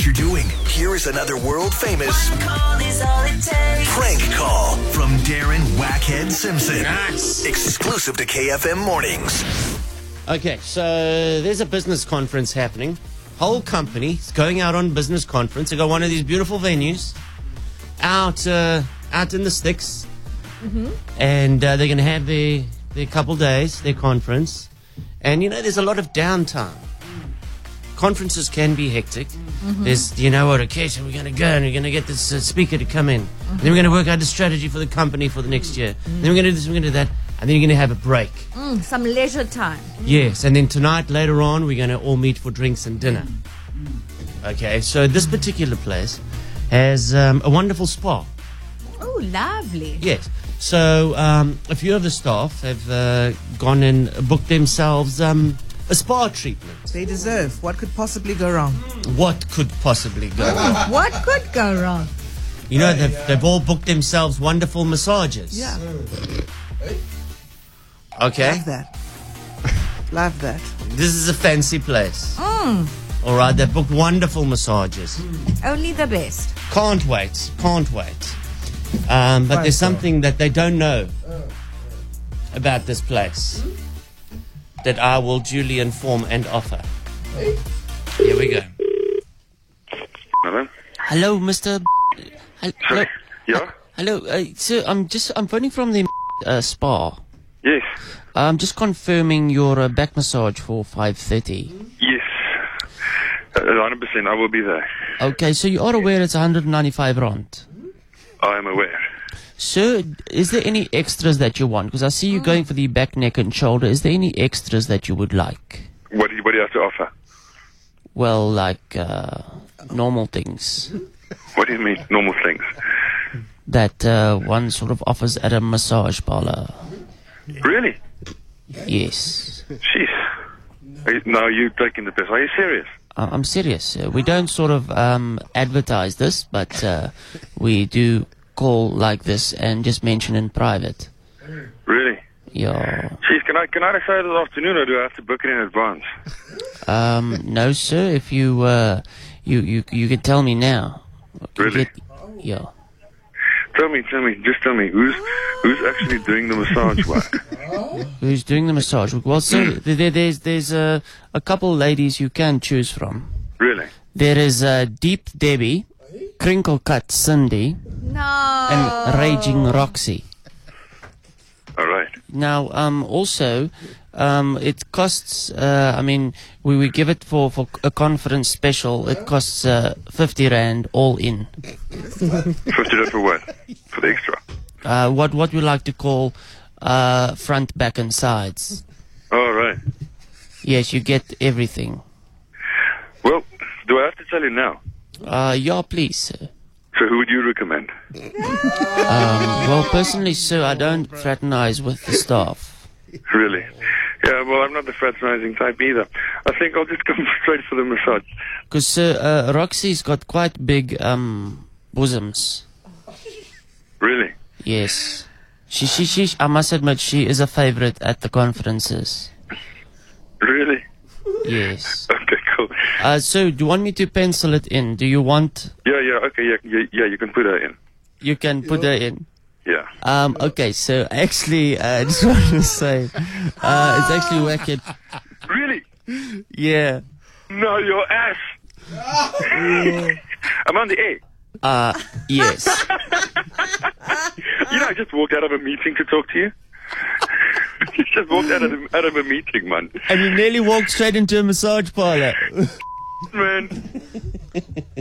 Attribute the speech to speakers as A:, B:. A: you're doing. Here is another world famous prank call from Darren Wackhead Simpson.
B: Nice.
A: Exclusive to KFM Mornings.
C: Okay, so there's a business conference happening. Whole company is going out on business conference. They got one of these beautiful venues out uh, out in the sticks, and uh, they're going to have their their couple days, their conference, and you know there's a lot of downtime. Conferences can be hectic. There's, you know what, occasion we're going to go and we're going to get this uh, speaker to come in. And then we're going to work out the strategy for the company for the next year. Then we're going to do this, we're going to do that. And then you're going to have a break.
D: Some leisure time.
C: Yes, and then tonight, later on, we're going to all meet for drinks and dinner. Okay, so this particular place has um, a wonderful spa.
D: Oh, lovely.
C: Yes. So um, a few of the staff have uh, gone and booked themselves um, a spa treatment.
E: They deserve. What could possibly go wrong?
C: What could possibly go wrong?
D: What could go wrong?
C: You know, they've, they've all booked themselves wonderful massages.
E: Yeah.
C: Okay.
E: Love that. Love that.
C: This is a fancy place. All right, they've booked wonderful massages.
D: Only the best.
C: Can't wait. Can't wait. Um, but there's something that they don't know about this place that I will duly inform and offer. Here we go.
F: Hello?
C: Hello, Mr. Hello,
F: Yeah?
C: hello uh, sir. I'm just I'm phoning from the uh, spa.
F: Yes.
C: I'm just confirming your uh, back massage for five thirty.
F: Yes. Uh, 100%, I will be there.
C: Okay, so you are aware it's 195 rand.
F: I am aware.
C: Sir, is there any extras that you want? Because I see you going for the back, neck, and shoulder. Is there any extras that you would like?
F: What do you, what do you have to offer?
C: Well, like uh, normal things
F: What do you mean, normal things?
C: that uh, one sort of offers at a massage parlor.
F: Really?
C: Yes,
F: Jeez. Are you- No, you're taking the piss. Are you serious?
C: I- I'm serious. Sir. We don't sort of um, advertise this, but uh, we do call like this and just mention in private.
F: Really?
C: Yeah.
F: Jeez, can I, can I decide this afternoon or do I have to book it in advance?
C: Um, no, sir. If you uh, you you you can tell me now. You
F: Really?
C: get- yeah.
F: Tell me, tell me, just tell me, who's, who's actually doing the massage work?
C: Who's doing the massage? Well, sir, there, there- there's there's a a couple ladies you can choose from.
F: Really?
C: There is uh, Deep Debbie, Crinkle Cut Cindy,
D: No.
C: and Raging Roxy.
F: All right.
C: Now, um, also, um, it costs. Uh, I mean, we, we give it for, for a conference special. It costs uh, fifty rand all in.
F: 50 rand for what? For the extra.
C: Uh, what what we like to call uh, front, back, and sides.
F: All right.
C: Yes, you get everything.
F: Well, do I have to tell you now?
C: Uh, yeah, please, sir.
F: So who would you recommend?
C: Well, personally, sir, I don't fraternize with the staff.
F: Really? Yeah, well, I'm not the fraternizing type either. I think I'll just come straight for the massage.
C: Because, sir, uh, Roxy's got quite big um, bosoms.
F: Really?
C: Yes. She, she, she, I must admit, she is a favorite at the conferences.
F: Really?
C: Yes.
F: Okay, cool.
C: Uh, sir, do you want me to pencil it in? Do you want.
F: Yeah, yeah, okay, yeah, yeah, yeah you can put her in.
C: You can put her in.
F: Yeah.
C: Um, okay, so actually, uh, I just want to say, uh, it's actually wicked.
F: Really?
C: Yeah.
F: No, your ass. I'm on the air.
C: Uh, yes.
F: You know, I just walked out of a meeting to talk to you. just walked out of, the, out of a meeting, man.
C: And you nearly walked straight into a massage parlor.
F: Man.